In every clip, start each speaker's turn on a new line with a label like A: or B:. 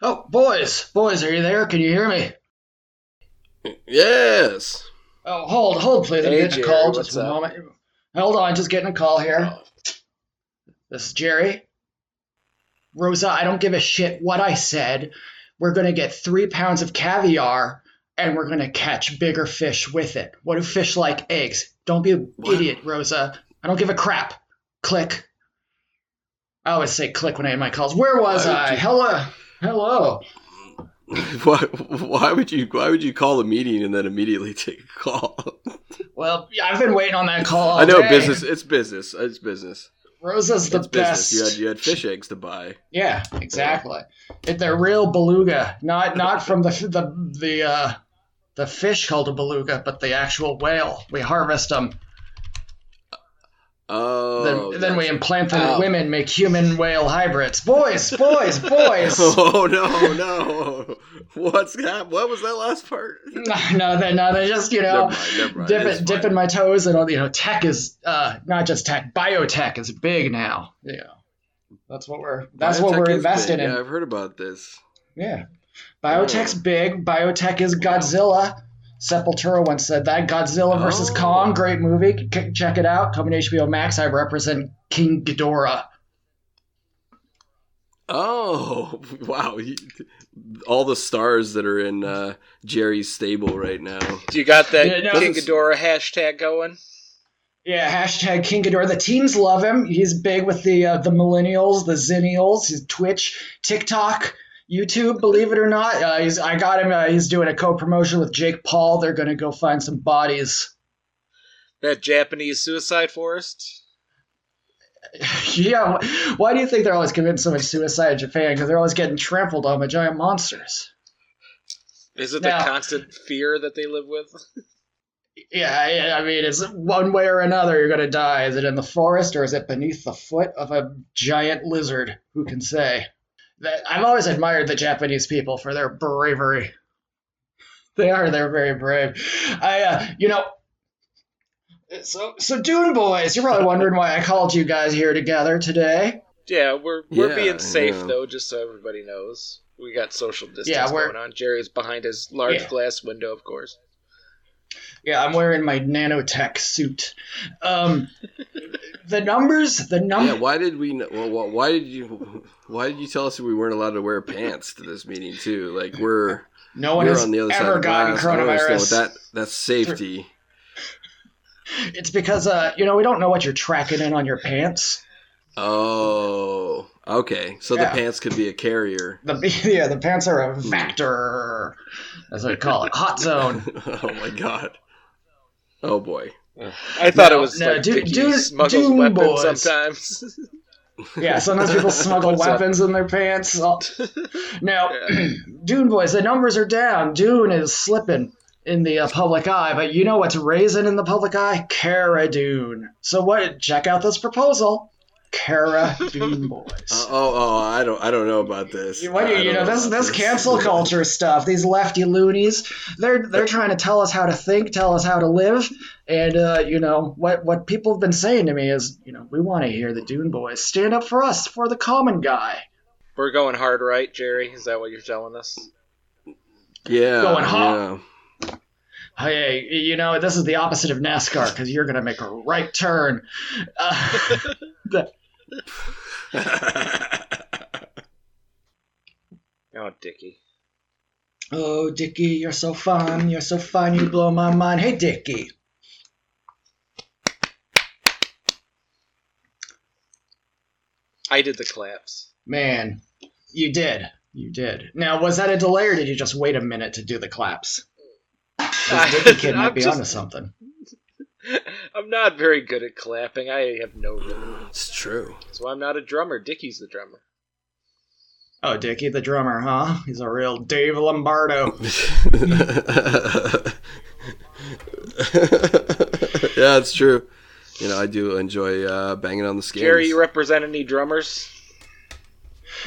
A: Oh, boys, boys, are you there? Can you hear me?
B: Yes.
A: Oh, hold, hold, please. I'm
B: Hey,
A: getting a
B: Jerry,
A: call.
B: what's
A: Just a
B: up?
A: moment. Hold on, just getting a call here. This is Jerry. Rosa, I don't give a shit what I said. We're gonna get three pounds of caviar, and we're gonna catch bigger fish with it. What do fish like eggs? Don't be an
B: Wow.
A: idiot, Rosa. I don't give a crap. Click. I always say click when I end my calls. Where was
B: Why would
A: I?
B: you-
A: Hello, hello.
B: Why, why would you why would you call a meeting and then immediately take a call?
A: Well, I've been waiting on that call. all
B: I know
A: day.
B: business it's business. It's business.
A: Rosa's the
B: it's
A: best.
B: business. You had you had fish eggs to buy.
A: Yeah, exactly. It, they're real beluga, not not from the the the uh, the fish called a beluga, but the actual whale. We harvest them,
B: Oh.
A: then, then we
B: that's-
A: implant them in
B: Ow.
A: women, make human whale hybrids. Boys, boys, boys.
B: Oh no, no. What's that? What was that last part?
A: no, no, they no, they just you know.
B: never mind, never mind.
A: Dip
B: It's
A: it,
B: fine.
A: dipping my toes in all you know. Tech is uh, not just tech. Biotech is big now. Yeah, that's what we're that's what
B: Biotech
A: we're
B: is
A: invested
B: big.
A: in.
B: Yeah, I've heard about this.
A: Yeah. Biotech's big. Biotech is Godzilla. Sepultura once said that. Godzilla versus
B: Oh.
A: Kong, great movie. C- check it out. Coming to HBO Max. I represent King Ghidorah.
B: Oh wow! He, all the stars that are in uh, Jerry's stable right now.
C: You got that
A: Yeah, no,
C: King
B: it's-
C: Ghidorah hashtag going?
A: Yeah, hashtag King Ghidorah. The teens love him. He's big with the uh, the millennials, the zennials. He's Twitch, TikTok, YouTube. Believe it or not, uh, he's I got him. Uh, he's doing a co promotion with Jake Paul. They're gonna go find some bodies.
C: That Japanese suicide forest?
A: yeah, wh- why do you think they're always committing so much suicide in Japan? Because they're always getting trampled on by giant monsters.
C: Is it
A: No.
C: the constant fear that they live with?
A: Yeah, yeah, I mean, it's one way or another you're going to die. Is it in the forest or is it beneath the foot of a giant lizard? Who can say? That, I've always admired the Japanese people for their bravery. They are, they're very brave. I, uh, you know, so, so Dune Boys, you're probably wondering why I called you guys here together today.
C: Yeah, we're we're
B: Yeah,
C: being safe
B: yeah.
C: though, just so everybody knows. We got social distance
A: Yeah, we're-
C: going on. Jerry's behind his large
A: Yeah.
C: glass window, of course.
A: Yeah, I'm wearing my nanotech suit. Um, the numbers, the
B: Yeah,
A: numbers.
B: why did we? kn- Well, wh- why did you? Why did you tell us we weren't allowed to wear pants to this meeting too? Like we're
A: no one
B: we're
A: has
B: on the other side of
A: ever
B: the
A: gotten
B: glass. I don't understand
A: coronavirus.
B: what that that's safety.
A: It's because uh, you know we don't know what you're tracking in on your pants.
B: Oh, okay. So
A: Yeah.
B: the pants could be a carrier.
A: The yeah, the pants are a vector. That's what we call it. Hot zone.
B: oh my god. Oh boy.
C: I thought
A: No,
C: it was
A: no,
C: like
A: do-
C: Dickie
A: do-
C: smuggles
A: Dune
C: weapons
A: boys.
C: sometimes.
A: Yeah, sometimes people smuggle
C: What's up?
A: weapons in their pants. Oh. Now,
C: Yeah.
A: Dune boys, the numbers are down. Dune is slipping in the uh, public eye, but you know what's raising in the public eye? Cara Dune. So what? Check out this proposal, Cara Dune boys.
B: Uh, oh, oh, I don't, I don't know about this.
A: You- What do
B: I
A: you, you
B: don't
A: know, this
B: about
A: this cancel culture stuff, these lefty loonies, they're they're trying to tell us how to think, tell us how to live, and uh, you know what what people have been saying to me is, you know, we want to hear the Dune Boys stand up for us, for the common guy,
C: We're going hard right, Jerry. Is that what you're telling us?
B: Yeah,
A: Going hot.
B: yeah.
A: hey, you know, this is the opposite of NASCAR because you're gonna make a right turn. Uh,
C: Oh, Dickie.
A: oh, Dickie, you're so fun, you're so fun, you blow my mind. Hey, Dickie.
C: I did the claps.
A: Man, you did. You did. Now, was that a delay or did you just wait a minute to do the claps? This Dickie kid might
C: I'm
A: be
C: just-
A: onto something.
C: I'm not very good at clapping. I have no rhythm.
B: it's true.
C: That's why I'm not a drummer. Dickie's the drummer.
A: Oh, Dickie the drummer, huh? He's a real Dave Lombardo.
B: yeah, it's true. You know, I do enjoy uh, banging on the scales.
C: Jerry, you represent any drummers?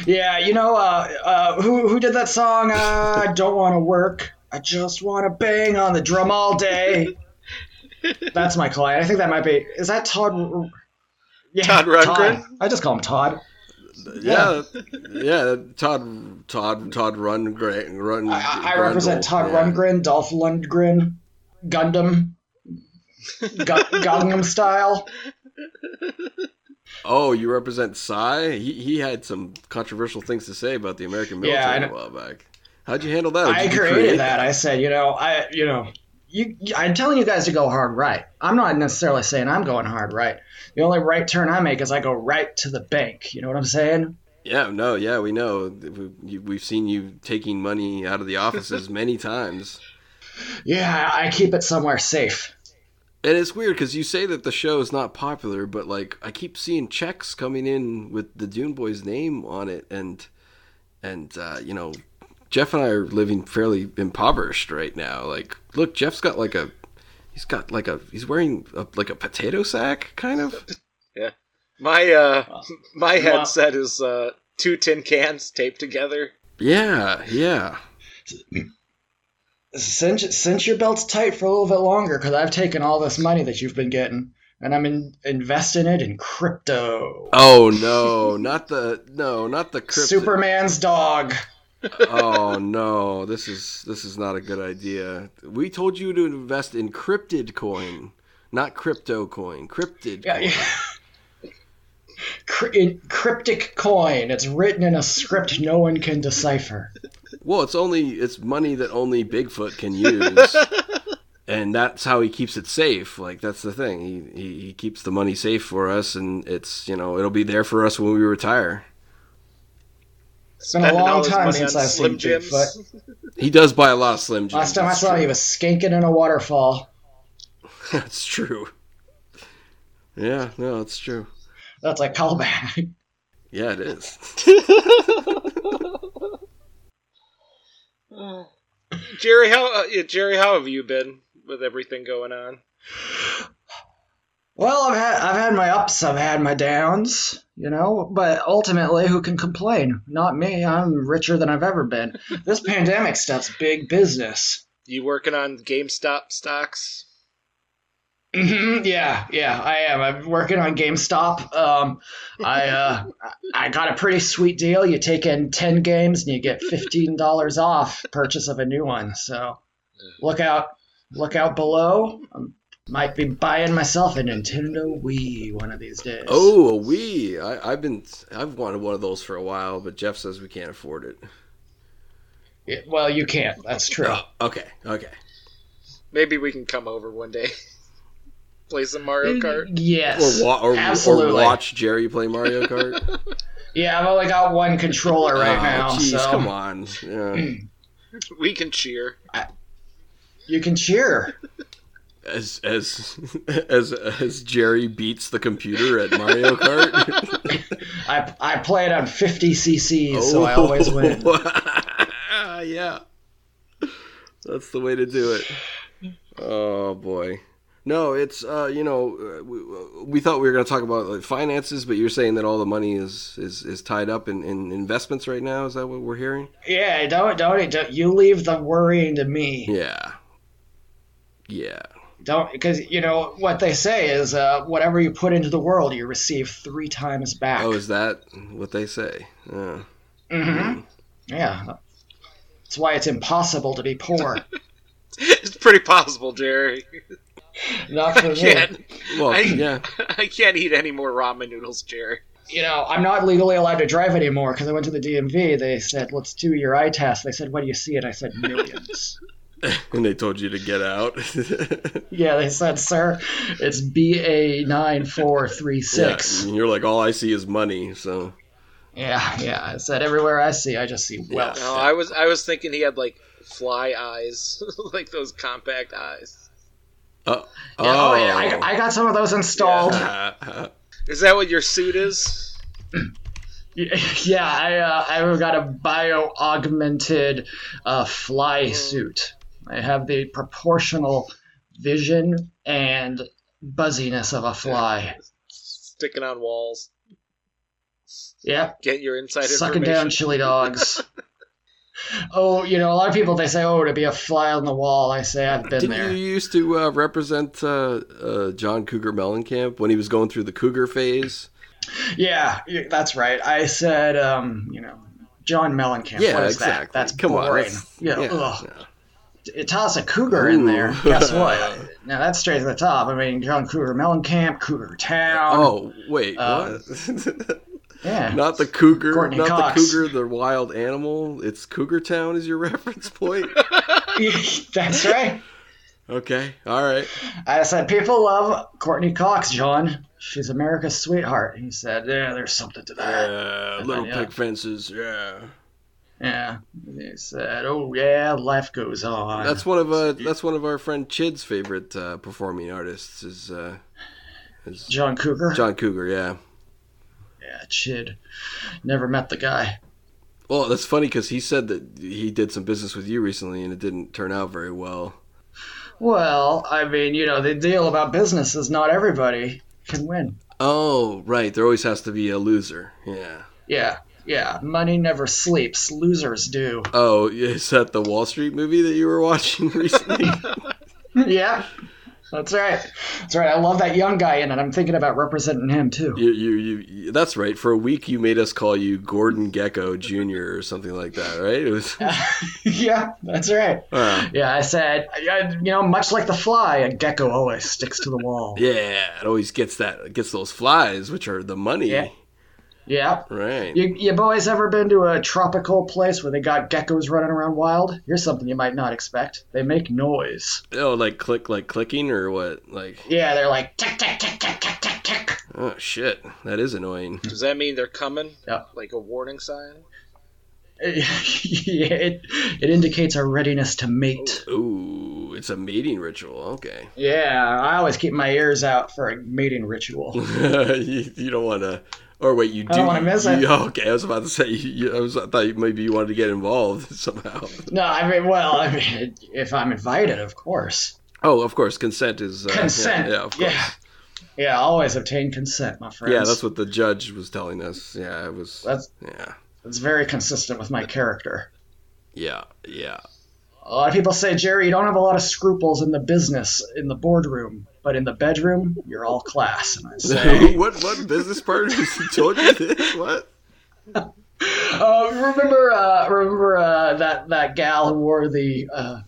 A: Yeah, you know, uh, uh, who who did that song? Uh, I don't want to work. I just want to bang on the drum all day. That's my client. I think that might be. Is that Todd? Yeah,
C: Todd Rundgren?
A: Todd. I just call him Todd.
B: Yeah, yeah. Todd, Todd, Todd Rundgren. Run,
A: I, I represent Todd Rundgren, Dolph Lundgren, Gundam, Gu- Gangnam Style.
B: Oh, you represent Psy. He he had some controversial things to say about the American
A: Yeah, I
B: military a while back. How'd you handle that? Or
A: I
B: Oh, did you
A: created
B: create
A: that. I said, you know, I, you know, you, I'm telling you guys to go hard right. I'm not necessarily saying I'm going hard right. The only right turn I make is I go right to the bank. You know what I'm saying?
B: Yeah, no, yeah, we know. We- you- We've seen you taking money out of the offices many times.
A: Yeah, I keep it somewhere safe.
B: And it's weird because you say that the show is not popular, but like I keep seeing checks coming in with the Dune Boy's name on it, and and uh, you know, Jeff and I are living fairly impoverished right now. Like, look, Jeff's got like a, he's got like a, he's wearing a, like a potato sack kind of.
C: My uh, my
A: Well-
C: headset is uh, two tin cans taped together.
B: Yeah, yeah.
A: Cinch, cinch your belts tight for a little bit longer because I've taken all this money that you've been getting and I'm in, investing it in crypto.
B: Oh no, not the no, not the crypto.
A: Superman's dog.
B: oh no, this is this is not a good idea. We told you to invest in cryptid coin, not crypto coin. Cryptid.
A: Yeah,
B: coin.
A: yeah. Cry- in- Cryptic coin. It's written in a script no one can decipher.
B: Well, it's only it's money that only Bigfoot can use. And that's how he keeps it safe. Like that's the thing. He, he he keeps the money safe for us, and it's you know it'll be there for us when we retire.
A: It's been a
C: Spending all
A: long
C: his
A: time
C: money
A: since
C: on
A: I've seen
C: Jims.
A: Bigfoot.
B: He does buy a lot of Slim Jims.
A: Last time I
B: that's
A: saw him,
B: true.
A: he was skanking in a waterfall.
B: that's true. Yeah, no, it's true.
A: That's a callback.
B: Yeah, it is.
C: Jerry, how uh, yeah, Jerry, how have you been with everything going on?
A: Well, I've had I've had my ups, I've had my downs, you know. But ultimately, who can complain? Not me. I'm richer than I've ever been. This pandemic stuff's big business.
C: You working on GameStop stocks?
A: hmm Yeah, yeah, I am. I'm working on GameStop. Um, I uh, I got a pretty sweet deal. You take in ten games and you get fifteen dollars off purchase of a new one. So look out, look out below. I might be buying myself a Nintendo Wii one of these days.
B: Oh, a Wii. I, I've been I've wanted one of those for a while, but Jeff says we can't afford it.
A: Yeah, well, you can't. That's true.
B: Oh, okay, okay.
C: Maybe we can come over one day, play some Mario Kart.
A: Yes.
B: Or, wa- or, or
A: absolutely.
B: watch Jerry play Mario Kart.
A: Yeah, I've only got one controller right
B: Oh,
A: now,
B: jeez,
A: so
B: come on. Yeah.
C: We can cheer.
A: you can cheer.
B: As as as as Jerry beats the computer at Mario Kart.
A: I I play it on fifty CCs, so I always win.
B: Oh. yeah, that's the way to do it. Oh boy. No, it's uh, you know uh, we, we thought we were going to talk about like, finances, but you're saying that all the money is is, is tied up in, in investments right now. Is that what we're hearing?
A: Yeah, don't, don't don't you leave the worrying to me.
B: Yeah, yeah.
A: Don't because you know what they say is uh, whatever you put into the world, you receive three times back.
B: Oh, is that what they say? Yeah.
A: hmm Yeah, that's why it's impossible to be poor.
C: It's pretty possible, Jerry.
A: Not for me.
C: Can't,
B: Well,
C: I-
B: yeah.
C: I can't eat any more ramen noodles, Jerry.
A: You know, I'm not legally allowed to drive anymore because I went to the DMV. They said, "Let's do your eye test." They said, "What do you see?" And I said, millions.
B: And they told you to get out.
A: yeah, they said, "Sir, it's BA nine four three six.
B: Yeah, and you're like, all I see is money. So
A: Yeah, yeah. I said, "Everywhere I see, I just see wealth."
C: No, I was I was thinking he had like fly eyes, like those compact eyes.
B: Uh,
A: Yeah, oh, yeah, I, I got some of those installed. Yeah,
C: Is that what your suit is?
A: I uh, I've got a bio augmented uh, fly
B: Mm.
A: suit. I have the proportional vision and buzziness of a fly.
C: Sticking on walls,
A: Yep,
C: get your inside
A: sucking
C: information.
A: down chili dogs. oh, you know, a lot of people they say, "Oh, to be a fly on the wall." I say, "I've been
B: Didn't
A: there."
B: you used to uh, represent uh, uh, John Cougar Mellencamp when he was going through the Cougar phase?
A: Yeah, y- that's right. I said, um, you know, John Mellencamp.
B: yeah,
A: what is
B: exactly.
A: that? That's
B: Come on.
A: boring.
B: that's-
A: yeah, ugh.
B: yeah.
A: T- Toss a cougar in there.
B: Ooh.
A: Guess what? now that's straight to the top. I mean, John Cougar Mellencamp, Cougar Town.
B: Oh wait,
A: uh,
B: what?
A: yeah.
B: not the cougar,
A: Courtney
B: not
A: Cox.
B: the cougar, the wild animal. It's Cougar Town is your reference point.
A: that's right.
B: okay, all right.
A: I said, people love Courtney Cox, John. She's America's sweetheart. He said, yeah, there's something to that.
B: Uh, little
A: Yeah.
B: pig fences. Yeah,
A: Yeah. He said, "Oh yeah, life goes on."
B: that's one of uh, that's one of our friend Chid's favorite uh, performing artists is uh, is
A: John Cougar.
B: John Cougar. Yeah.
A: Yeah, chid. Never met the guy.
B: Well, that's funny because he said that he did some business with you recently and it didn't turn out very well.
A: Well, I mean, you know, the deal about business is not everybody can win.
B: Oh, right. There always has to be a loser. Yeah.
A: Yeah, yeah. Money never sleeps. Losers do.
B: Oh, is that the Wall Street movie that you were watching recently?
A: yeah. That's right. That's right. I love that young guy in it. I'm thinking about representing him too.
B: you, you, you, you- that's right. For a week, you made us call you Gordon Gecko Jr. or something like that, right? It was.
A: yeah, that's right.
B: Uh,
A: Yeah, I said, I- I- you know, much like the fly, a gecko always sticks to the wall.
B: yeah, it always gets that gets those flies, which are the money,
A: Yeah. Yeah.
B: right?
A: You, you boys ever been to a tropical place where they got geckos running around wild? Here's something you might not expect. They make noise.
B: Oh, like click, like clicking, or what? Like,
A: Yeah, they're like tick tick tick tick tick tick tick.
B: oh shit, that is annoying.
C: Does that mean they're coming?
A: Yeah.
C: Like a warning sign?
A: yeah, it, it indicates our readiness to mate.
B: Ooh, it's a mating ritual. Okay.
A: Yeah, I always keep my ears out for a mating ritual.
B: you, you don't want to, or wait, you do.
A: I don't wanna miss
B: you-
A: it.
B: Okay, I was about to say. You, you- I was. I thought you, maybe you wanted to get involved somehow.
A: no, I mean, well, I mean, if I'm invited, of course.
B: Oh, of course, consent is uh, yeah,
A: Consent.
B: Yeah, of course.
A: Yeah.
B: Yeah.
A: Yeah, always obtain consent, my friends.
B: that's what the judge was telling us. Yeah, it was.
A: that's
B: Yeah,
A: that's very consistent with my character.
B: yeah, yeah.
A: A lot of people say, Jerry, you don't have a lot of scruples in the business, in the boardroom, but in the bedroom, you're all class. And I say,
B: what what business partners told you this? What?
A: uh, remember, uh, remember uh, that that gal who wore the uh, uh,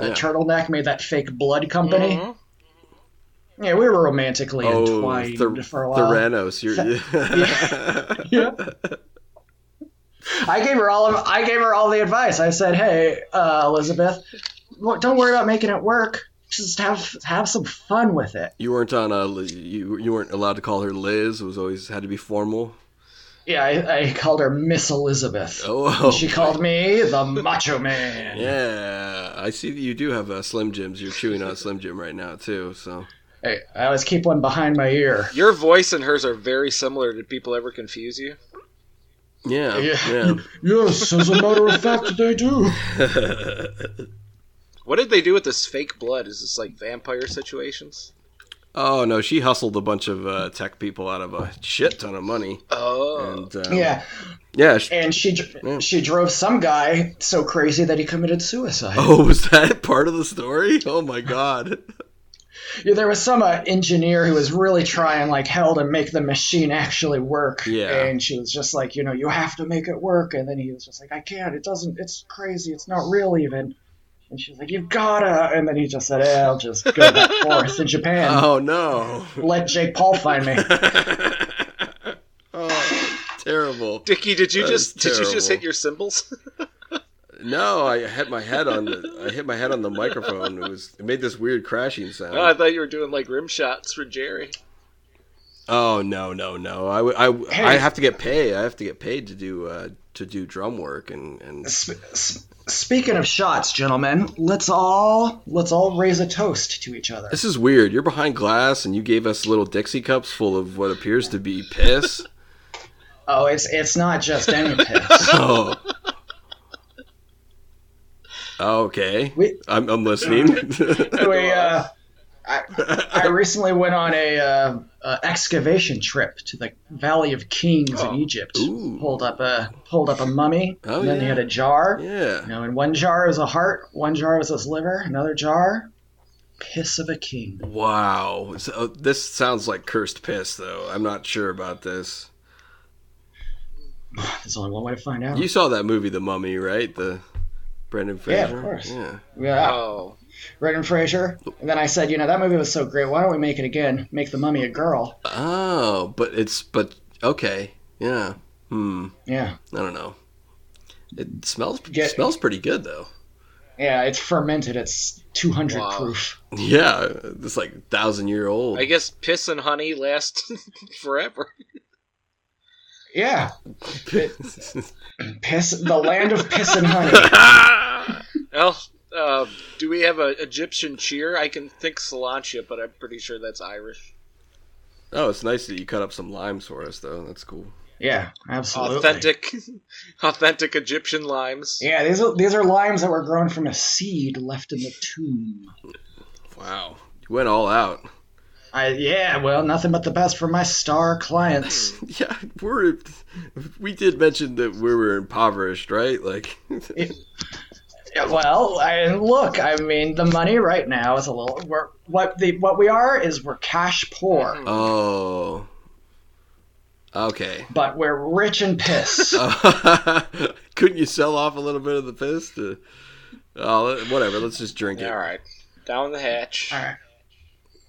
B: Yeah.
A: turtleneck, made that fake blood company.
C: Mhm.
A: Yeah, we were romantically
B: Oh,
A: entwined
B: Thor-
A: for a while.
B: Theranos. You're.
A: Yeah. I gave her all of, I gave her all the advice. I said, "Hey, uh, Elizabeth, look, don't worry about making it work. Just have have some fun with it."
B: You weren't on a. You you weren't allowed to call her Liz. It was always had to be formal.
A: Yeah, I, I called her Miss Elizabeth.
B: Oh,
A: She called me the Macho Man.
B: Yeah, I see that you do have uh, Slim Jims. You're chewing on a Slim Jim right now too. So
A: Hey, I always keep one behind my ear.
C: Your voice and hers are very similar. Did people ever confuse you?
B: yeah,
A: Yeah.
B: yeah.
A: Yes, as a matter of fact, they do.
C: What did they do with this fake blood? Is this like vampire situations?
B: oh no, she hustled a bunch of uh, tech people out of a shit ton of money.
C: Oh.
B: And, um,
A: Yeah,
B: yeah. sh-
A: and she dr-
B: Yeah.
A: she drove some guy so crazy that he committed suicide.
B: Oh, was that part of the story? Oh my god.
A: Yeah, there was some uh, engineer who was really trying like hell to make the machine actually work.
B: Yeah.
A: and she was just like, you know, you have to make it work. And then he was just like, I can't. It doesn't. It's crazy. It's not real even. And she was like, you gotta. And then he just said, eh, I'll just go to that forest in Japan.
B: Oh no.
A: Let Jake Paul find me.
B: oh, terrible.
C: Dickie, did you
B: That
C: just
B: is
C: did you just
B: terrible.
C: hit your symbols?
B: No, I hit my head on the I hit my head on the microphone. It was it made this weird crashing sound.
C: oh, I thought you were doing like rim shots for Jerry.
B: Oh no no no! I, w- I w-
A: Hey.
B: I have to get paid. I have to get paid to do uh, to do drum work and and
A: Sp- sp- speaking of shots, gentlemen, let's all let's all raise a toast to each other.
B: this is weird. You're behind glass and you gave us little Dixie cups full of what appears to be piss.
A: Oh, it's it's not just any piss.
B: oh. Okay,
A: We-
B: I'm, I'm listening.
A: we, uh, I, I recently went on a uh, uh, excavation trip to the Valley of Kings in Egypt.
B: Oh, Ooh.
A: Pulled up a pulled up a mummy,
B: Oh,
A: and then they
B: yeah.
A: had a jar.
B: yeah.
A: You know, in one jar was a heart, one jar was his liver, another jar Piss of a King.
B: Wow. So, this sounds like cursed piss, though. I'm not sure about this.
A: There's only one way to find out.
B: You saw that movie, The Mummy, right? The Brendan
A: Yeah, of
B: Fraser.
A: course.
B: Yeah.
A: yeah,
C: Oh,
A: Brendan Fraser. And then I said, you know, that movie was so great. Why don't we make it again? Make the mummy a girl.
B: Oh, but it's but okay. Yeah. Hmm.
A: Yeah,
B: I don't know. It smells
A: Get-
B: smells pretty good though.
A: yeah. It's fermented. It's 200
C: Wow.
A: proof.
B: Yeah, it's like thousand year old.
C: I guess piss and honey last forever.
A: Yeah, piss. The land of piss and honey.
C: Well, uh, do we have an Egyptian cheer? I can think Salantia, but I'm pretty sure that's Irish.
B: oh, it's nice that you cut up some limes for us though. That's cool.
A: Yeah, absolutely.
C: Authentic, authentic Egyptian limes.
A: Yeah, these are these are limes that were grown from a seed left in the tomb.
B: Wow, you went all out.
A: I yeah, well, nothing but the best for my star clients.
B: Yeah, we're we did mention that we were impoverished, right? Like,
A: Yeah, Well, I, look, I mean, the money right now is a little. We're, what the what we are is we're cash poor,
B: oh, okay.
A: but we're rich and piss.
B: Couldn't you sell off a little bit of the piss? To, oh, whatever. Let's just drink it.
C: All right, down the hatch.
A: All right,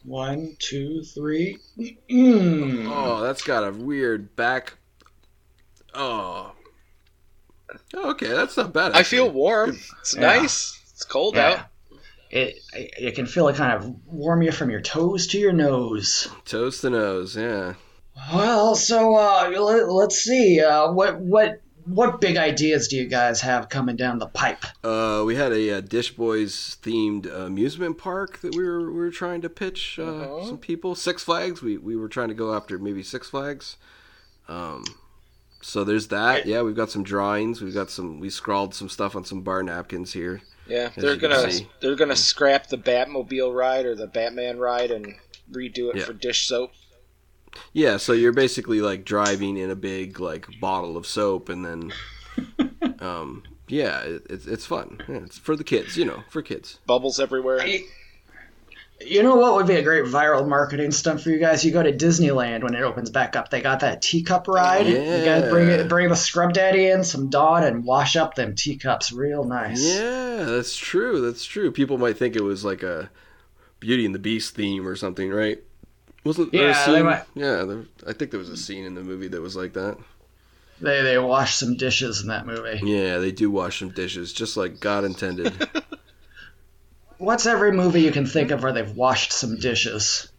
A: one, two, three. Mm.
B: Oh, that's got a weird back. Oh. Okay, that's not bad.
C: I feel
B: actually.
C: warm. It's
A: Yeah.
C: nice. It's cold
A: Yeah.
C: out.
A: It it can feel it kind of warm you from your toes to your nose.
B: toast the nose. Yeah.
A: Well, so uh, let, let's see. Uh, what what what big ideas do you guys have coming down the pipe?
B: Uh, we had a, uh Dish Boys themed amusement park that we were we were trying to pitch uh,
C: Uh-huh.
B: some people. Six Flags. We we were trying to go after maybe Six Flags. Um, so there's that. Yeah, we've got some drawings. We've got some. We scrawled some stuff on some bar napkins here.
C: Yeah,
B: As
C: they're
B: you can
C: gonna
B: see.
C: they're gonna scrap the Batmobile ride or the Batman ride and redo it
B: Yeah.
C: for dish soap.
B: Yeah, so you're basically like driving in a big like bottle of soap, and then, um, yeah, it, it's it's fun. Yeah, it's for the kids, you know, for kids.
C: Bubbles everywhere.
A: You know what would be a great viral marketing stunt for you guys? You go to Disneyland when it opens back up. They got that teacup ride. You guys bring
B: Yeah.
A: it, bring the scrub daddy in, some Dawn, and wash up them teacups real nice.
B: Yeah, that's true. That's true. People might think it was like a Beauty and the Beast theme or something, right? Wasn't there a
A: Yeah, they
B: scene-
A: might-
B: Yeah, there, I think there was a scene in the movie that was like that.
A: They they wash some dishes in that movie.
B: Yeah, they do wash some dishes, just like God intended.
A: What's every movie you can think of where they've washed some dishes?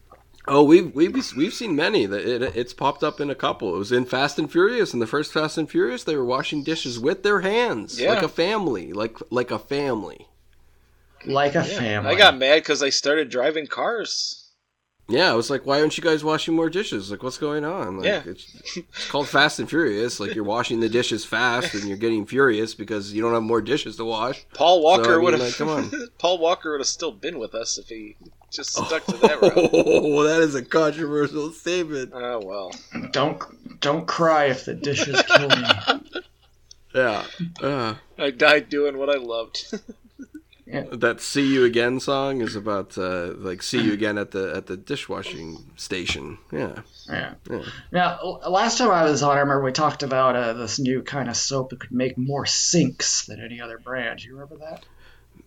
B: oh, we've we've we've seen many. That it, it's popped up in a couple. It was in Fast and Furious. In the first Fast and Furious, they were washing dishes with their hands,
C: Yeah.
B: like a family, like like a family.
A: Like a
C: Yeah.
A: family.
C: I got mad because I started driving cars.
B: Yeah, I was like, why aren't you guys washing more dishes? Like, what's going on? Like,
C: Yeah.
B: it's, it's called Fast and Furious. Like, you're washing the dishes fast and you're getting furious because you don't have more dishes to wash.
C: Paul Walker
B: So, I mean,
C: would have.
B: like, come on.
C: Paul Walker would have still been with us if he just stuck to that route.
B: Oh, that is a controversial statement.
C: Oh well.
A: Don't don't cry if the dishes kill me.
B: Yeah. Uh,
C: I died doing what I loved.
B: that "See You Again" song is about uh, like "See You Again" at the at the dishwashing station. Yeah.
A: Yeah.
B: Yeah.
A: Now, l- last time I was on, I remember we talked about uh, this new kind of soap that could make more sinks than any other brand. You remember that?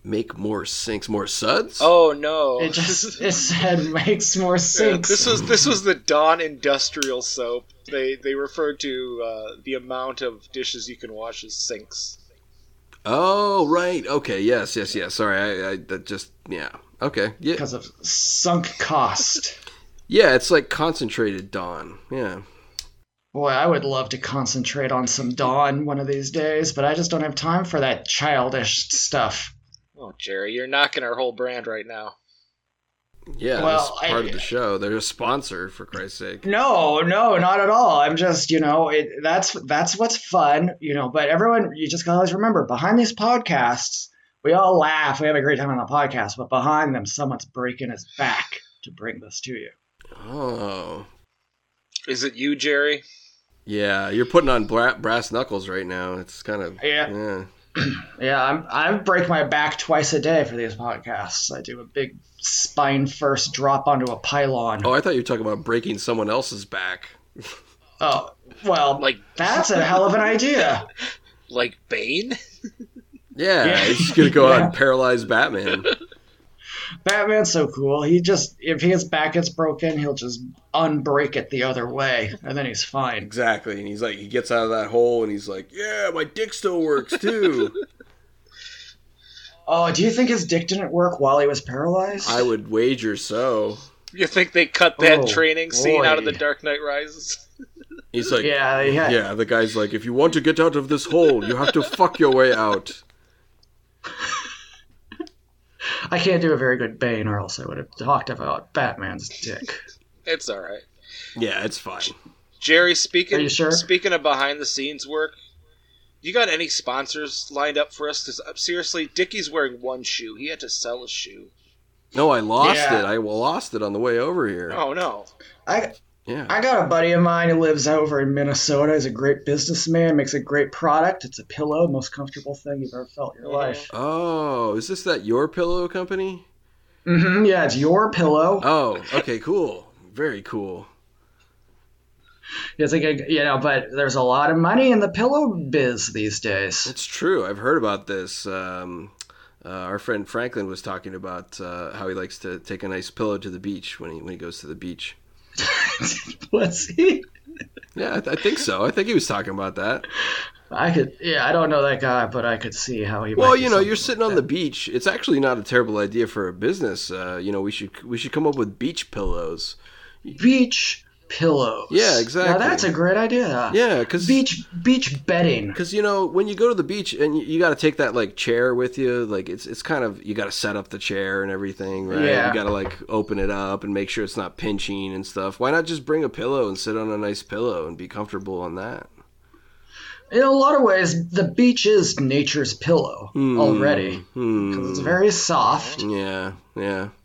B: Make more sinks, more suds.
C: oh no.
A: It just it said makes more sinks.
C: This was this was the Dawn Industrial soap. They they referred to uh, the amount of dishes you can wash as sinks.
B: Oh, right. Okay. Yes. Yes. Yes. Sorry. I, I that just yeah. Okay. Yeah.
A: because of sunk cost.
B: Yeah, it's like concentrated dawn. Yeah.
A: Boy, I would love to concentrate on some Dawn one of these days, but I just don't have time for that childish stuff.
C: Oh Jerry, you're knocking our whole brand right now.
B: Yeah,
A: Well,
B: that's part
A: I-
B: of the show. They're a sponsor, for Christ's sake.
A: No, no, not at all. I'm just, you know, it, that's that's what's fun, you know. But everyone, you just gotta always remember, behind these podcasts, we all laugh, we have a great time on the podcast, but behind them, someone's breaking his back to bring this to you.
B: Oh.
C: Is it you, Jerry?
B: Yeah, you're putting on bra- brass knuckles right now. It's kind of.
A: Yeah.
B: Yeah.
A: yeah, I'm, I break my back twice a day for these podcasts. I do a big spine first drop onto a pylon.
B: Oh, I thought you were talking about breaking someone else's back.
A: Oh, well,
C: Like-
A: that's a hell of an idea.
C: Like Bane?
B: Yeah,
A: Yeah.
B: he's just gonna go out and
A: Yeah.
B: paralyze Batman.
A: Batman's so cool. He just if his back gets broken, he'll just unbreak it the other way, and then he's fine.
B: Exactly, and he's like, he gets out of that hole, and he's like, "Yeah, my dick still works too."
A: Oh, do you think his dick didn't work while he was paralyzed?
B: I would wager so.
C: You think they cut that
A: Oh,
C: training scene out of
A: boy.
C: The Dark Knight Rises?
B: He's like,
A: yeah, yeah,
B: yeah. The guy's like, "If you want to get out of this hole, you have to fuck your way out."
A: I can't do a very good Bane, or else I would have talked about Batman's dick.
C: It's all right.
B: Yeah, it's fine.
C: Jerry, speaking
A: Are you sure?
C: speaking of behind the scenes work, you got any sponsors lined up for us? Because seriously, Dickie's wearing one shoe. He had to sell a shoe.
B: No, I lost
A: Yeah.
B: it. I lost it on the way over here.
C: Oh no!
A: I
B: Yeah.
A: I got a buddy of mine who lives over in Minnesota. He's a great businessman, makes a great product. It's a pillow, most comfortable thing you've ever felt in your life.
B: oh, is this that your pillow company?
A: hmm yeah, it's your pillow.
B: Oh, okay, cool. Very cool.
A: It's like a, you know, but there's a lot of money in the pillow biz these days.
B: It's true. I've heard about this. Um, uh, our friend Franklin was talking about uh, how he likes to take a nice pillow to the beach when he when he goes to the beach.
A: Let's see.
B: Yeah, I, th- I think so. I think he was talking about that.
A: I could, yeah, I don't know that guy, but I could see how he.
B: Well,
A: might do
B: you know, you're
A: something
B: sitting on
A: like
B: the beach. It's actually not a terrible idea for a business. Uh, you know, we should we should come up with beach pillows.
A: that. beach pillows.
B: Yeah,
A: Now
B: exactly.
A: that's a great idea.
B: Yeah, because
A: Beach beach bedding.
B: Because you know when you go to the beach and you, you got to take that like chair with you, like it's it's kind of you got to set up the chair and everything, right?
A: Yeah.
B: You got to like open it up and make sure it's not pinching and stuff. Why not just bring a pillow and sit on a nice pillow and be comfortable on that?
A: In a lot of ways, the beach is nature's pillow already
B: Hmm.
A: because it's very soft.
B: Yeah, yeah.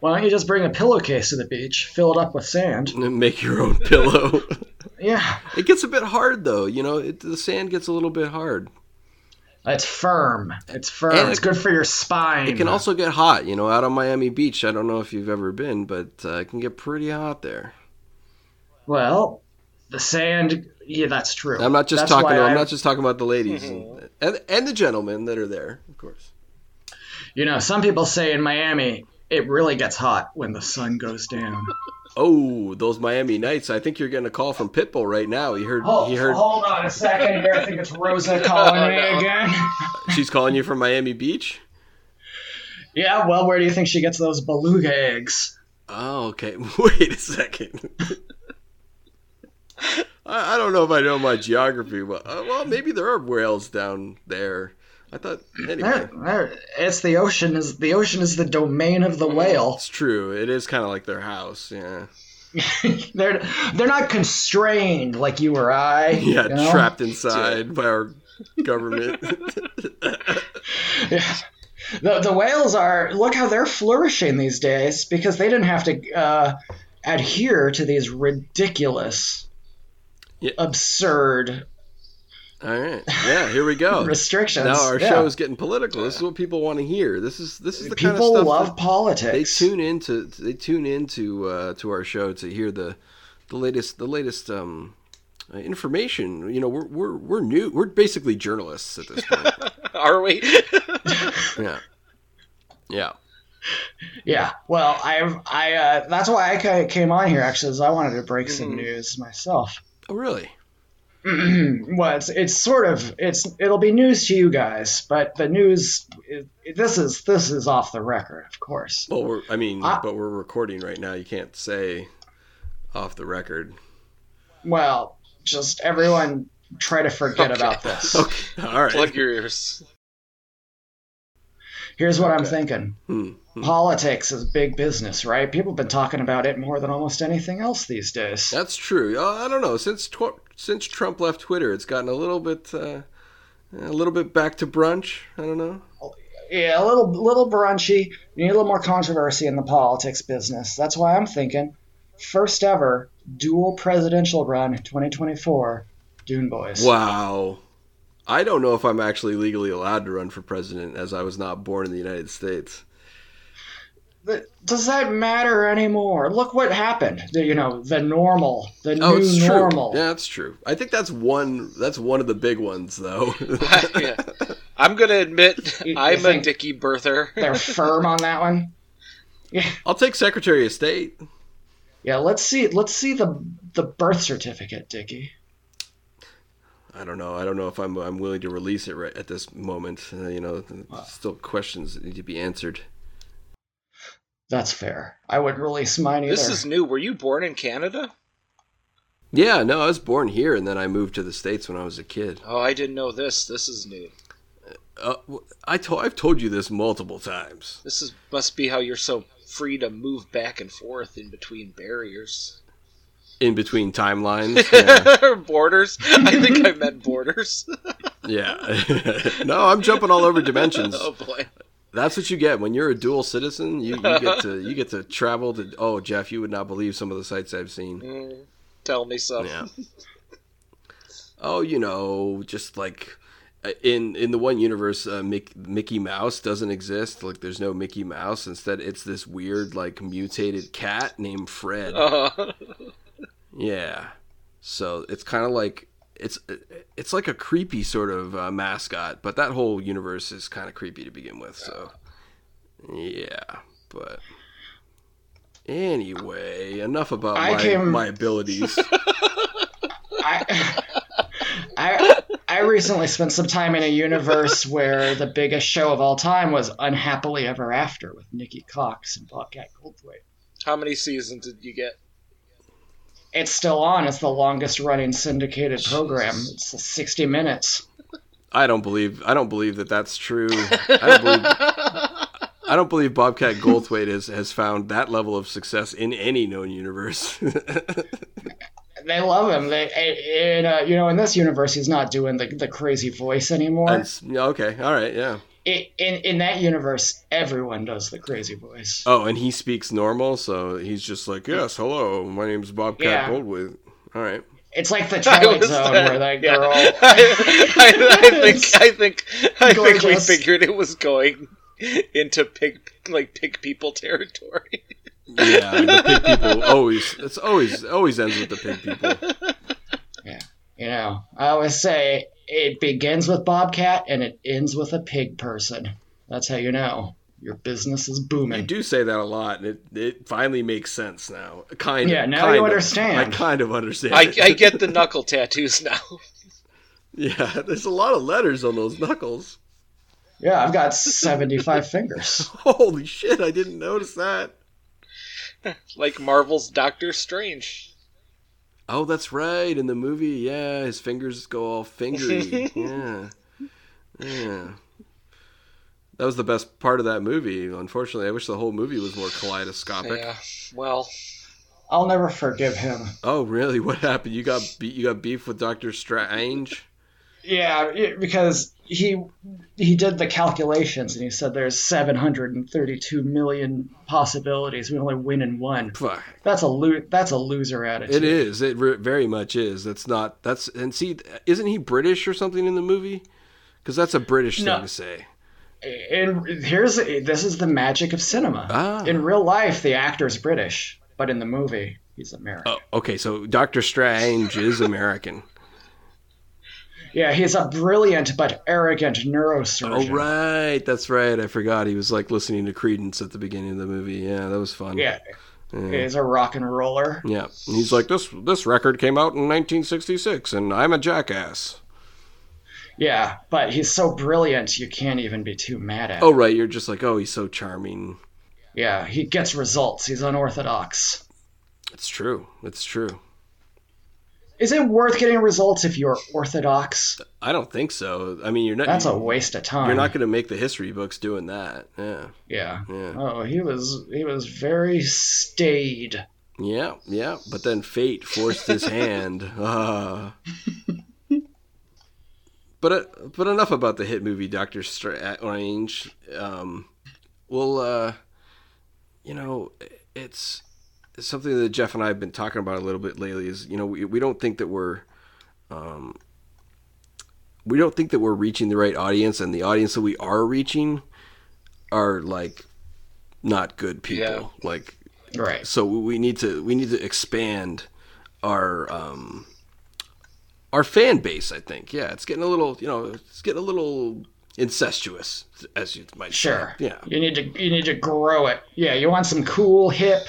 A: Why don't you just bring a pillowcase to the beach, fill it up with sand?
B: And Make your own pillow.
A: Yeah,
B: it gets a bit hard though, you know. It, the sand gets a little bit hard.
A: it's firm. It's firm.
B: And
A: it's
B: it-
A: good for your spine.
B: It can also get hot, you know, out on Miami Beach. I don't know if you've ever been, but uh, it can get pretty hot there.
A: Well, the sand. Yeah, that's true.
B: I'm not just
A: That's
B: talking.
A: why
B: I'm
A: I-
B: not just talking about the ladies and, and and the gentlemen that are there, of course.
A: You know, some people say in Miami it really gets hot when the sun goes down.
B: Oh, those Miami Knights! I think you're getting a call from Pitbull right now. He heard.
A: Hold,
B: he heard.
A: hold on a second here. I think it's Rosa calling
C: Oh,
A: me
C: no.
A: again.
B: She's calling you from Miami Beach.
A: Yeah, well, where do you think she gets those beluga eggs?
B: Oh, okay. Wait a second. I, I don't know if I know my geography, but uh, well, maybe there are whales down there. I thought anyway.
A: There- there- It's the ocean is the ocean is the domain of the whale.
B: It's true. It is kind of like their house. Yeah.
A: They're they're not constrained like you or I.
B: Yeah.
A: you know?
B: Trapped inside by our government.
A: Yeah. The, the whales are look how they're flourishing these days because they didn't have to uh, adhere to these ridiculous,
B: Yeah.
A: absurd
B: All right. Yeah. Here we go.
A: restrictions.
B: Oh, Now our
A: Yeah.
B: show is getting political. This is what people want to hear. This is this is the
A: people
B: kind of stuff
A: love
B: that they
A: politics.
B: tune into. They tune into uh, to our show to hear the the latest the latest um, uh, information. You know, we're we're we're new. We're basically journalists at this point.
C: Are we?
B: yeah, yeah.
A: Yeah. Well, I I uh, that's why I ca- came on here actually is I wanted to break some
B: Mm.
C: Mhm.
A: news myself.
B: Oh, really?
A: well, it's, it's sort of it's it'll be news to you guys, but the news it, this is this is off the record, of course.
B: Well, we're, I mean,
A: I-
B: but we're recording right now. You can't say off the record.
A: Well, just everyone try to forget
C: Okay.
A: about this.
B: Okay. All right.
C: Plug your ears.
A: Here's what I'm thinking.
B: Hmm.
A: Politics is big business, right? People have been talking about it more than almost anything else these days.
B: That's true. Uh, I don't know. Since tw- since Trump left Twitter, it's gotten a little bit uh, a little bit back to brunch. I don't know.
A: Yeah, a little little brunchy. You need a little more controversy in the politics business. That's why I'm thinking first ever dual presidential run 2024 Dune Boys.
B: Wow. I don't know if I'm actually legally allowed to run for president as I was not born in the United States.
A: But Does that matter anymore? Look what happened. The, you know, the normal, the
B: Oh, it's
A: new normal.
B: true. Yeah, that's true. I think that's one that's one of the big ones though.
C: Yeah. I'm gonna admit
A: You- you
C: I'm a
A: think-
C: dicky birther.
A: They're firm on that one.
B: I'll take Secretary of State.
A: Yeah, let's see. Let's see the the birth certificate, Dickie.
B: I don't know. I don't know if I'm I'm willing to release it right at this moment. Uh, you know, th- still questions that need to be answered.
A: That's fair. I would release mine either.
C: This is new. Were you born in Canada?
B: Yeah, no, I was born here and then I moved to the states when I was a kid.
C: Oh, I didn't know this. This is new.
B: Uh, w- I to- I've told you this multiple times.
C: This is must be how you're so free to move back and forth in between barriers.
B: in between timelines. Yeah.
C: borders. I think I meant borders.
B: Yeah. no, I'm jumping all over dimensions.
C: oh boy.
B: That's what you get when you're a dual citizen. You, you get to you get to travel to. Oh, Jeff, you would not believe some of the sights I've seen.
C: Mm, tell me something.
B: Yeah. Oh, you know, just like uh, in in the one universe, uh, Mick, Mickey Mouse doesn't exist. Like, there's no Mickey Mouse. Instead, it's this weird, like, mutated cat named Fred.
C: Uh,
B: Yeah. So it's kind of like it's it's like a creepy sort of uh, mascot, but that whole universe is kind of creepy to begin with. So yeah, but anyway, enough about
A: I
B: my,
A: came-
B: my abilities.
A: I, I I recently spent some time in a universe where the biggest show of all time was Unhappily Ever After with Nikki Cox and Bobcat Goldthwait.
C: how many seasons did you get?
A: It's still on. It's the longest running syndicated program. It's 60 minutes.
B: I don't believe I don't believe that that's true. I don't believe I don't believe Bobcat Goldthwait has has found that level of success in any known universe.
A: They love him. They in uh, you know in this universe he's not doing the, the crazy voice anymore.
B: And s- yeah, okay, all right, yeah.
A: I in in that universe everyone does the crazy voice.
B: Oh, and he speaks normal, so he's just like, "Yes, hello, my name's Bobcat
A: Yeah.
B: Goldthwait." All right,
A: It's like the Twilight
C: was
A: Zone
C: there.
A: where that
C: Yeah.
A: girl.
C: I, I, I think I think I think we
A: Gorgeous.
C: figured it was going into pig like pig people territory.
B: yeah, the pig people always. It's always always ends with the pig people.
A: You know, I always say it begins with Bobcat and it ends with a pig person. That's how you know your business is
B: You
A: booming.
B: do say that a lot, and it it finally makes sense now. Kind of.
A: Yeah, now
B: kind
A: you
B: of.
A: understand.
B: I kind of understand.
C: I,
B: it.
C: I get the knuckle tattoos now.
B: yeah, there's a lot of letters on those knuckles.
A: Yeah, I've got 75 fingers.
B: Holy shit! I didn't notice that.
C: Like Marvel's Doctor Strange.
B: Oh, that's right. In the movie, yeah, his fingers go all fingery. yeah. Yeah. That was the best part of that movie. Unfortunately, I wish the whole movie was more kaleidoscopic.
C: Yeah. Well,
A: I'll never forgive him.
B: Oh, really? What happened? You got be- you got beef with Doctor Strange?
A: Yeah, it- because he he did the calculations and he said there's 732 million possibilities. We only win in one.
B: Fuck.
A: That's a lo- that's a loser attitude.
B: It is. It re- very much is. That's not. That's and see, isn't he British or something in the movie? Because that's a British
A: No.
B: thing to say.
A: And here's this is the magic of cinema.
B: Ah.
A: In real life, the actor's British, but in the movie, he's American.
B: Oh, okay. So Doctor Strange is American.
A: Yeah, he's a brilliant but arrogant neurosurgeon.
B: Oh right, that's right. I forgot he was like listening to Credence at the beginning of the movie. Yeah, that was fun.
A: Yeah,
B: yeah.
A: he's a rock and roller.
B: Yeah. And he's like this. This record came out in 1966, and I'm a jackass.
A: Yeah, but he's so brilliant you can't even be too mad at. him.
B: Oh right, you're just like, oh, he's so charming.
A: Yeah, he gets results. He's unorthodox.
B: It's true. It's true.
A: Is it worth getting results if you're orthodox?
B: I don't think so. I mean, you're not.
A: That's a waste of time.
B: You're not going to make the history books doing that. Yeah.
A: Yeah.
B: Yeah.
A: Oh, he was he was very staid.
B: Yeah. Yeah. But then fate forced his hand. Ah. But uh, but enough about the hit movie Doctor Strange. Um, well, uh, you know, it's it's something that Jeff and I have been talking about a little bit lately. Is you know we, we don't think that we're um, we don't think that we're reaching the right audience, and the audience that we are reaching are like not good people.
C: Yeah.
B: Like
A: Right.
B: so we need to we need to expand our um our fan base i think yeah it's getting a little you know it's getting a little incestuous as you might say.
A: Sure.
B: yeah
A: You need to you need to grow it. Yeah, you want some cool, hip,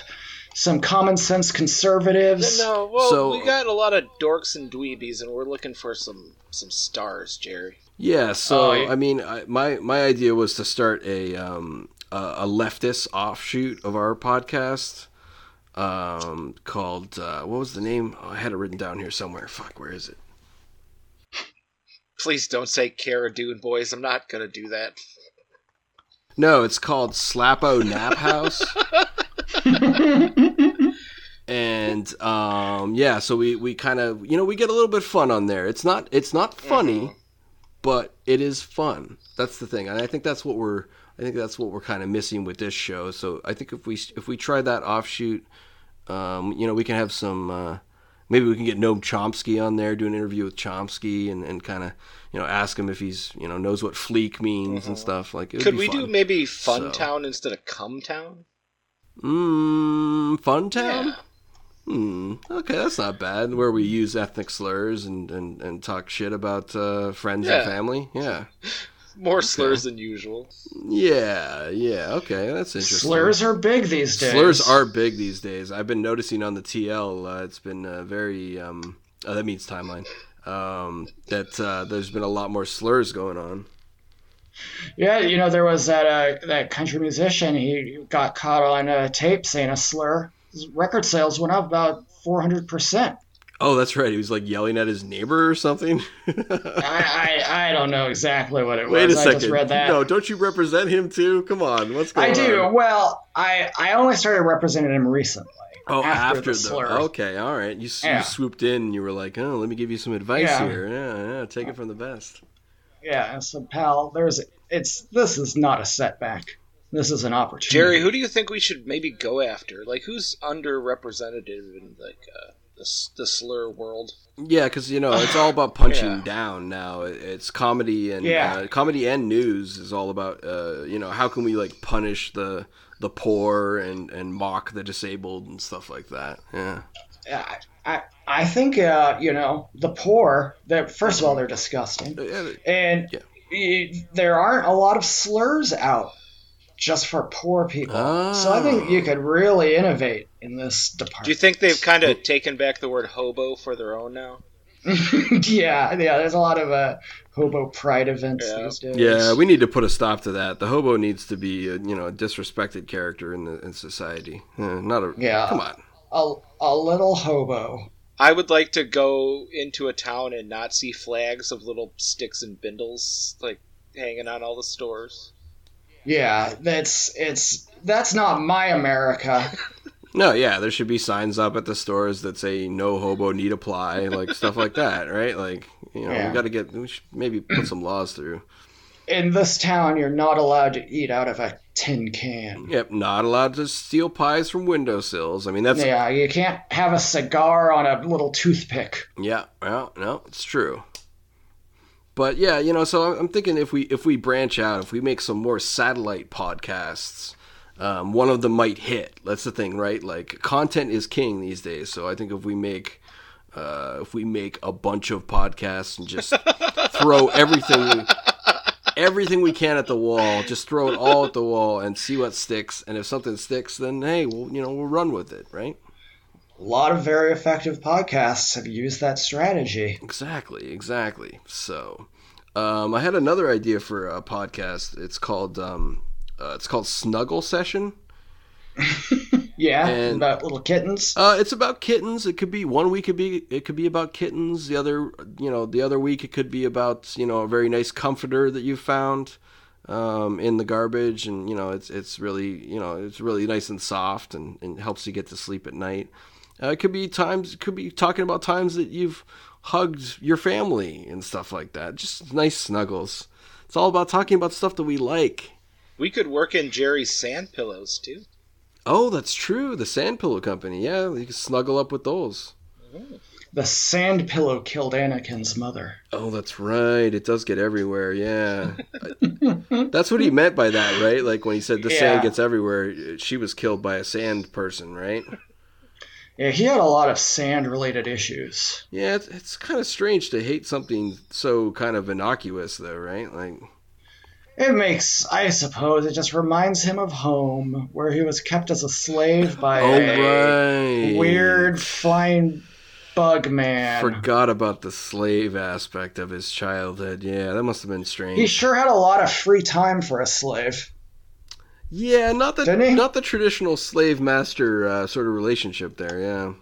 A: some common sense conservatives.
B: uh,
C: No, well,
B: So-
C: we got a lot of dorks and dweebies, and we're looking for some some stars, Jerry.
B: yeah so
A: Oh, yeah.
B: i mean I, my my idea was to start a um a, a leftist offshoot of our podcast um called uh what was the name oh, i had it written down here somewhere fuck where is it
C: Please don't say Cara Dune, boys. I'm not gonna do that.
B: No, it's called Slapo Nap House. and um, yeah, so we, we kind of you know we get a little bit fun on there. It's not it's not funny,
C: Mm-hmm.
B: but it is fun. That's the thing, and I think that's what we're I think that's what we're kind of missing with this show. So I think if we if we try that offshoot, um, you know, we can have some. Uh, maybe we can get Noam Chomsky on there, do an interview with Chomsky, and, and kind of you know ask him if he's you know knows what fleek means and stuff. Like, it would
C: Mm-hmm. Could
B: be
C: we
B: fun.
C: do maybe Fun
B: So-
C: Town instead of Cum Town?
B: Mm, Fun Town?
C: Yeah.
B: Hmm. Okay, that's not bad. Where we use ethnic slurs and, and, and talk shit about uh, friends
C: Yeah.
B: and family. Yeah.
C: More slurs than
B: Hmm.
C: usual.
B: Yeah. Yeah. Okay, that's interesting.
A: Slurs are big these days.
B: Slurs are big these days. I've been noticing on the TL. Uh, it's been uh, very. Um, oh, that means timeline. Um, that uh, there's been a lot more slurs going on.
A: Yeah, you know there was that uh, that country musician. He got caught on a tape saying a slur. His record sales went up about four hundred percent.
B: Oh, that's right. He was like yelling at his neighbor or something.
A: I I I don't know exactly what it
B: Wait a
A: was.
B: second.
A: I just read that.
B: No, don't you represent him too? Come on, what's going
A: I
B: on?
A: do. Well, I I only started representing him recently.
B: Oh, after,
A: after
B: the,
A: the slurs.
B: okay, all right. You, s you
A: Yeah.
B: swooped in and you were like, "Oh, let me give you some advice
A: Yeah.
B: here. Yeah, yeah, take it from the best."
A: Yeah, so pal, there's it's this is not a setback. This is an
C: Jerry,
A: opportunity.
C: who do you think we should maybe go after? Like, who's underrepresented in like uh, the s- the slur world?
B: Yeah, because you know it's all about punching
C: Yeah.
B: down now. It- It's comedy and
A: Yeah.
B: uh, comedy and news is all about uh, you know how can we like punish the the poor and and mock the disabled and stuff like that. Yeah.
A: I, I I think uh, you know the poor. That first of all, they're disgusting,
B: Yeah,
A: and
B: Yeah.
A: y- there aren't a lot of slurs out just for poor people. So I think
B: Oh.
A: you could really innovate in this
C: Do you
A: department.
C: think they've kind of taken back the word hobo for their own now?
A: yeah, yeah. There's a lot of uh, hobo pride events
C: Yeah.
A: these days.
B: Yeah, we need to put a stop to that. The hobo needs to be, a, you know, a disrespected character in the in society. Uh, not a
A: Yeah.
B: Come on.
A: a, a little hobo.
C: I would like to go into a town and not see flags of little sticks and bindles like hanging on all the stores.
A: Yeah, that's it's that's not my America.
B: No, yeah, there should be signs up at the stores that say "No hobo need apply," like stuff like that, right? Like, you know,
A: Yeah.
B: we got to get we should maybe put some laws through.
A: in this town, you're not allowed to eat out of a tin can.
B: Yep, not allowed to steal pies from windowsills. I mean, that's yeah,
A: Yeah, you can't have a cigar on a little toothpick.
B: yeah well, no, it's true. But yeah, you know, so I'm- I'm thinking if we if we branch out, if we make some more satellite podcasts, um, one of them might hit. That's the thing, right? Like content is king these days. So I think if we make uh, if we make a bunch of podcasts and just throw everything we, everything we can at the wall, just throw it all at the wall and see what sticks. And if something sticks, then hey, we'll you know we'll run with it, right?
A: A lot of very effective podcasts have used that strategy.
B: Exactly, exactly. So, um, I had another idea for a podcast. It's called um, uh, it's called Snuggle Session.
A: Yeah,
B: And-
A: about little kittens.
B: Uh, it's about kittens. It could be one week could be it could be about kittens. The other you know the other week it could be about you know a very nice comforter that you found um, in the garbage, and you know it's it's really you know it's really nice and soft and, and helps you get to sleep at night. Uh, it could be times it could be talking about times that you've hugged your family and stuff like that. Just nice snuggles. It's all about talking about stuff that we like.
C: We could work in Jerry's sand pillows too.
B: Oh, that's true. The Sand Pillow Company. Yeah, you can snuggle up with those.
A: The sand pillow killed Anakin's mother.
B: Oh, that's right. It does get everywhere. Yeah. that's what he meant by that, right? Like when he said the
A: Yeah.
B: sand gets everywhere, she was killed by a sand person, right?
A: Yeah, he had a lot of sand related issues.
B: Yeah, it's, it's kind of strange to hate something so kind of innocuous, though, right? Like,
A: It makes, I suppose, it just reminds him of home, where he was kept as a slave by
B: oh,
A: a
B: right.
A: weird flying bug man.
B: Forgot about the slave aspect of his childhood. Yeah, that must have been strange.
A: He sure had a lot of free time for a slave.
B: yeah, not the
A: Didn't he?
B: not the traditional slave master uh, sort of relationship there. Yeah.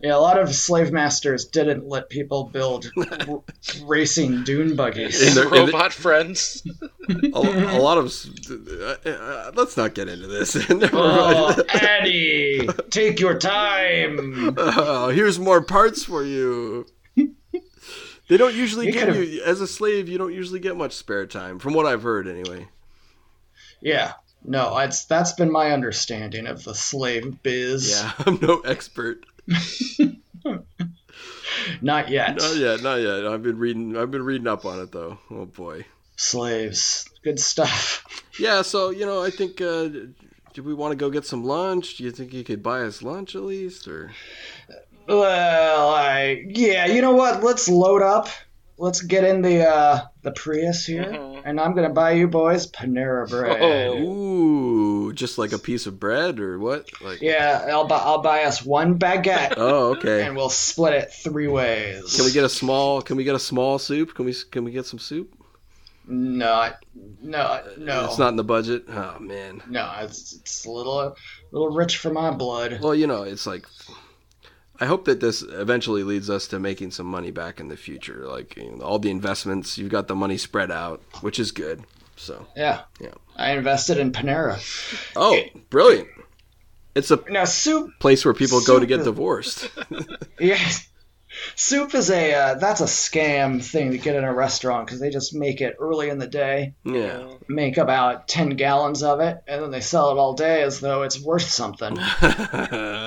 A: Yeah, a lot of slave masters didn't let people build r- racing dune
B: In
A: buggies.
B: their- in
C: Robot friends.
B: a, a lot of s- uh, uh, let's not get into this. Never
A: Oh,
B: mind.
A: Annie, take your time.
B: Oh, here's more parts for you. They don't usually
A: You
B: give
A: could've-
B: you as a slave. You don't usually get much spare time, from what I've heard, anyway.
A: Yeah, no, that's that's been my understanding of the slave biz.
B: Yeah, I'm no expert.
A: Not yet.
B: Not yet, not yet. I've been reading. I've been reading up on it though. Oh boy.
A: Slaves, good stuff.
B: Yeah. So you know, I think. Uh, do we want to go get some lunch? Do you think you could buy us lunch at least, or
A: Well, I yeah, you know what? Let's load up. Let's get in the uh, the Prius here,
B: Mm-hmm.
C: Mhm.
A: and I'm gonna buy you boys Panera bread.
C: Oh.
B: ooh, just like a piece of bread or what? Like,
A: Yeah, I'll buy I'll buy us one baguette.
B: oh, okay.
A: and we'll split it three ways.
B: Can we get a small? Can we get a small soup? Can we? Can we get some soup?
A: no, I- no, no,
B: It's not in the budget. Oh man.
A: no. It's, it's a little, little rich for my blood.
B: Well, you know, it's like. I hope that this eventually leads us to making some money back in the future. Like you know, all the investments, you've got the money spread out, which is good. So,
A: Yeah,
B: Yeah.
A: I invested in Panera.
B: oh, brilliant! It's a
A: Now soup,
B: place where people go to
A: Soup
B: get
A: is-
B: divorced.
A: yes, soup is a uh, that's a scam thing to get in a restaurant because they just make it early in the day,
B: yeah.
A: make about ten gallons of it, and then they sell it all day as though it's worth something.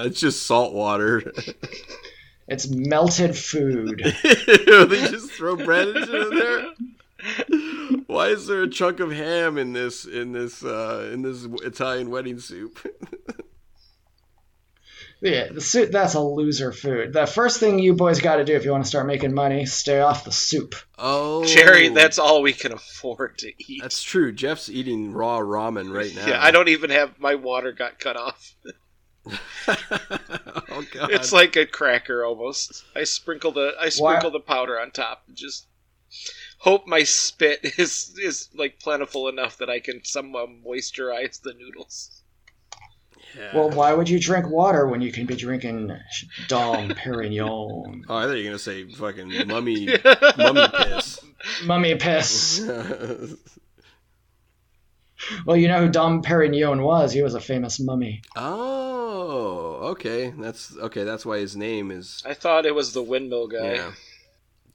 B: it's just salt water.
A: It's melted food.
B: Ew, they just throw bread into there. Why is there a chunk of ham in this in this uh, in this Italian wedding soup?
A: Yeah, the soup, that's a loser food. The first thing you boys got to do if you want to start making money, stay off the soup.
B: Oh,
C: Jerry, that's all we can afford to eat.
B: that's true. Jeff's eating raw ramen right now.
C: Yeah, I don't even have my water got cut off.
B: oh god,
C: It's like a cracker almost. I sprinkle the I sprinkle the powder on top and just hope my spit is is like plentiful enough that I can somehow moisturize the noodles.
B: Yeah.
A: Well, why would you drink water when you can be drinking Dom Perignon?
B: oh, I thought you were gonna say fucking mummy mummy piss.
A: Mummy piss. Well, you know who Dom Perignon was? He was a famous mummy.
B: oh, okay. That's okay. That's why his name is
C: I thought it was the windmill guy.
B: yeah.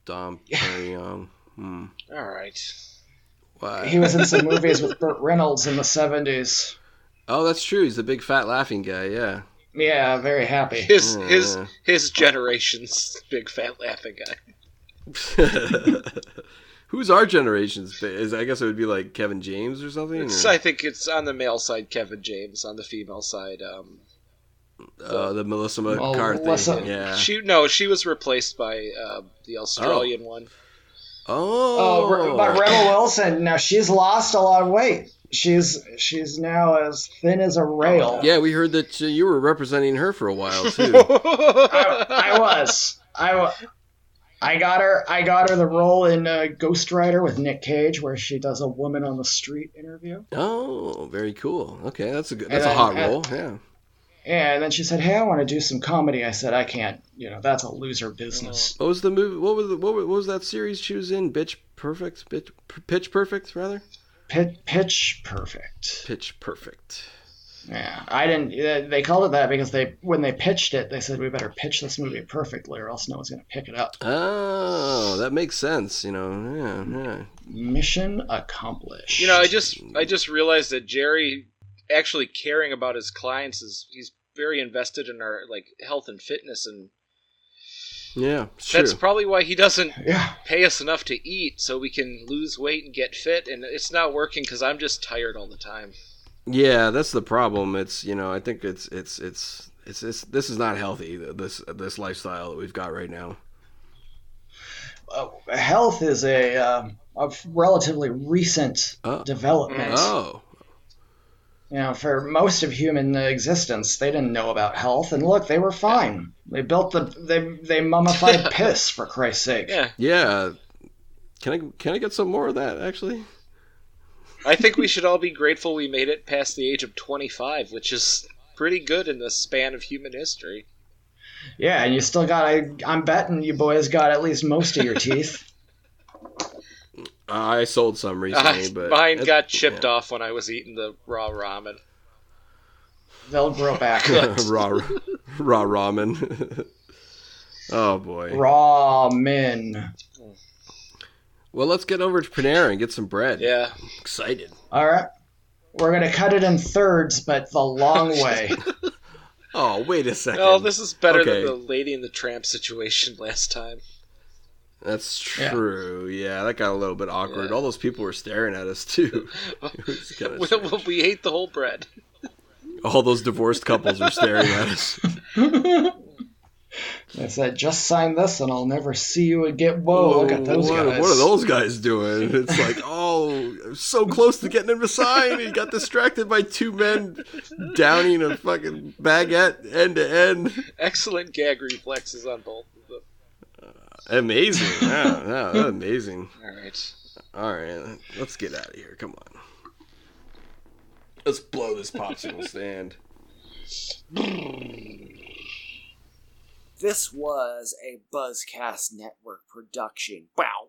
B: Dom Perignon. Hmm.
C: All right.
B: Why?
A: He was in some movies with Burt Reynolds in the 70s.
B: Oh, that's true. He's the big fat laughing guy. Yeah.
A: Yeah, very
B: Eh,
A: happy.
C: His
B: hmm.
C: his
B: Yeah.
C: his generation's big fat laughing guy.
B: Who's our generation's? fa- Is I guess it would be like Kevin James or something.
C: It's,
B: or,
C: I think it's on the male side Kevin James, on the female side um
B: uh, the Melissa McCarthy.
A: Oh, Melissa-
B: Yeah.
C: She no, she was replaced by uh, the Australian one.
A: Oh,
C: uh,
B: Oh.
A: Re- but Rebel Wilson, now she's lost a lot of weight. She's she's now as thin as a rail.
B: yeah, we heard that uh, you were representing her for a while too.
A: I, I was. I, wa- I got her. I got her the role in uh, Ghost Rider with Nick Cage, where she does a woman on the street interview.
B: oh, very cool. Okay, that's a good. That's
A: And
B: a
A: I-
B: hot
A: and-
B: role. Yeah.
A: And then she said, "Hey, I want to do some comedy." I said, "I can't. You know, that's a loser business."
B: What was the movie? What was the, what was, what was that series she was in? Bitch Perfect. Bitch, Pitch Perfect rather.
A: Pit, pitch perfect.
B: Pitch Perfect.
A: Yeah, I didn't. they- They called it that because they, when they pitched it, they said we better pitch this movie perfectly, or else no one's going to pick it up.
B: Oh, that makes sense. You know. Yeah. Yeah.
A: Mission accomplished.
C: you know, I just I just realized that Jerry actually caring about his clients is he's very invested in our like health and fitness and
B: Yeah, it's
C: That's
B: true.
C: probably why he doesn't
A: Yeah.
C: pay us enough to eat so we can lose weight and get fit. And it's not working because I'm just tired all the time.
B: yeah, that's the problem. It's you know, I think it's it's it's it's, it's this is not healthy. This this lifestyle that we've got right now.
A: Uh, health is a, um, a relatively recent
B: Oh.
A: development.
B: Oh,
A: You know, for most of human existence, they didn't know about health, and look, they were fine. They built the they they mummified piss for Christ's sake.
C: Yeah,
B: yeah. Can I can I get some more of that actually?
C: I think we should all be grateful we made it past the age of 25, which is pretty good in the span of human history.
A: Yeah, and you still got I I'm betting you boys got at least most of your teeth.
B: I sold some recently,
C: Uh,
B: but
C: mine
B: it-
C: got chipped off when I was eating the raw ramen.
A: They'll grow back.
B: raw raw ramen. oh boy.
A: Raw men.
B: Well, let's get over to Panera and get some bread.
C: Yeah,
B: Excited.
A: All right. We're gonna cut it in thirds, but the long way.
B: Oh, wait a second.
C: no, this is better
B: Okay.
C: than the Lady and the Tramp situation last time.
B: That's
A: Yeah.
B: true. Yeah. that got a little bit awkward.
C: Yeah.
B: All those people were staring at us too. It was kinda
C: We,
B: strange.
C: we ate the whole bread.
B: All those divorced couples were staring at us.
A: I said, just sign this, and I'll never see you again. Whoa, look at Oh, those
B: what,
A: guys.
B: What are those guys doing? It's like, oh, I'm so close to getting him to sign. He got distracted by two men downing a fucking baguette end to end.
C: Excellent gag reflexes on both of them.
B: Amazing. Yeah, yeah, that's amazing.
C: All right.
B: All right, let's get out of here. Come on. Let's blow this popsicle stand.
D: This was a Buzzcast Network production. Wow.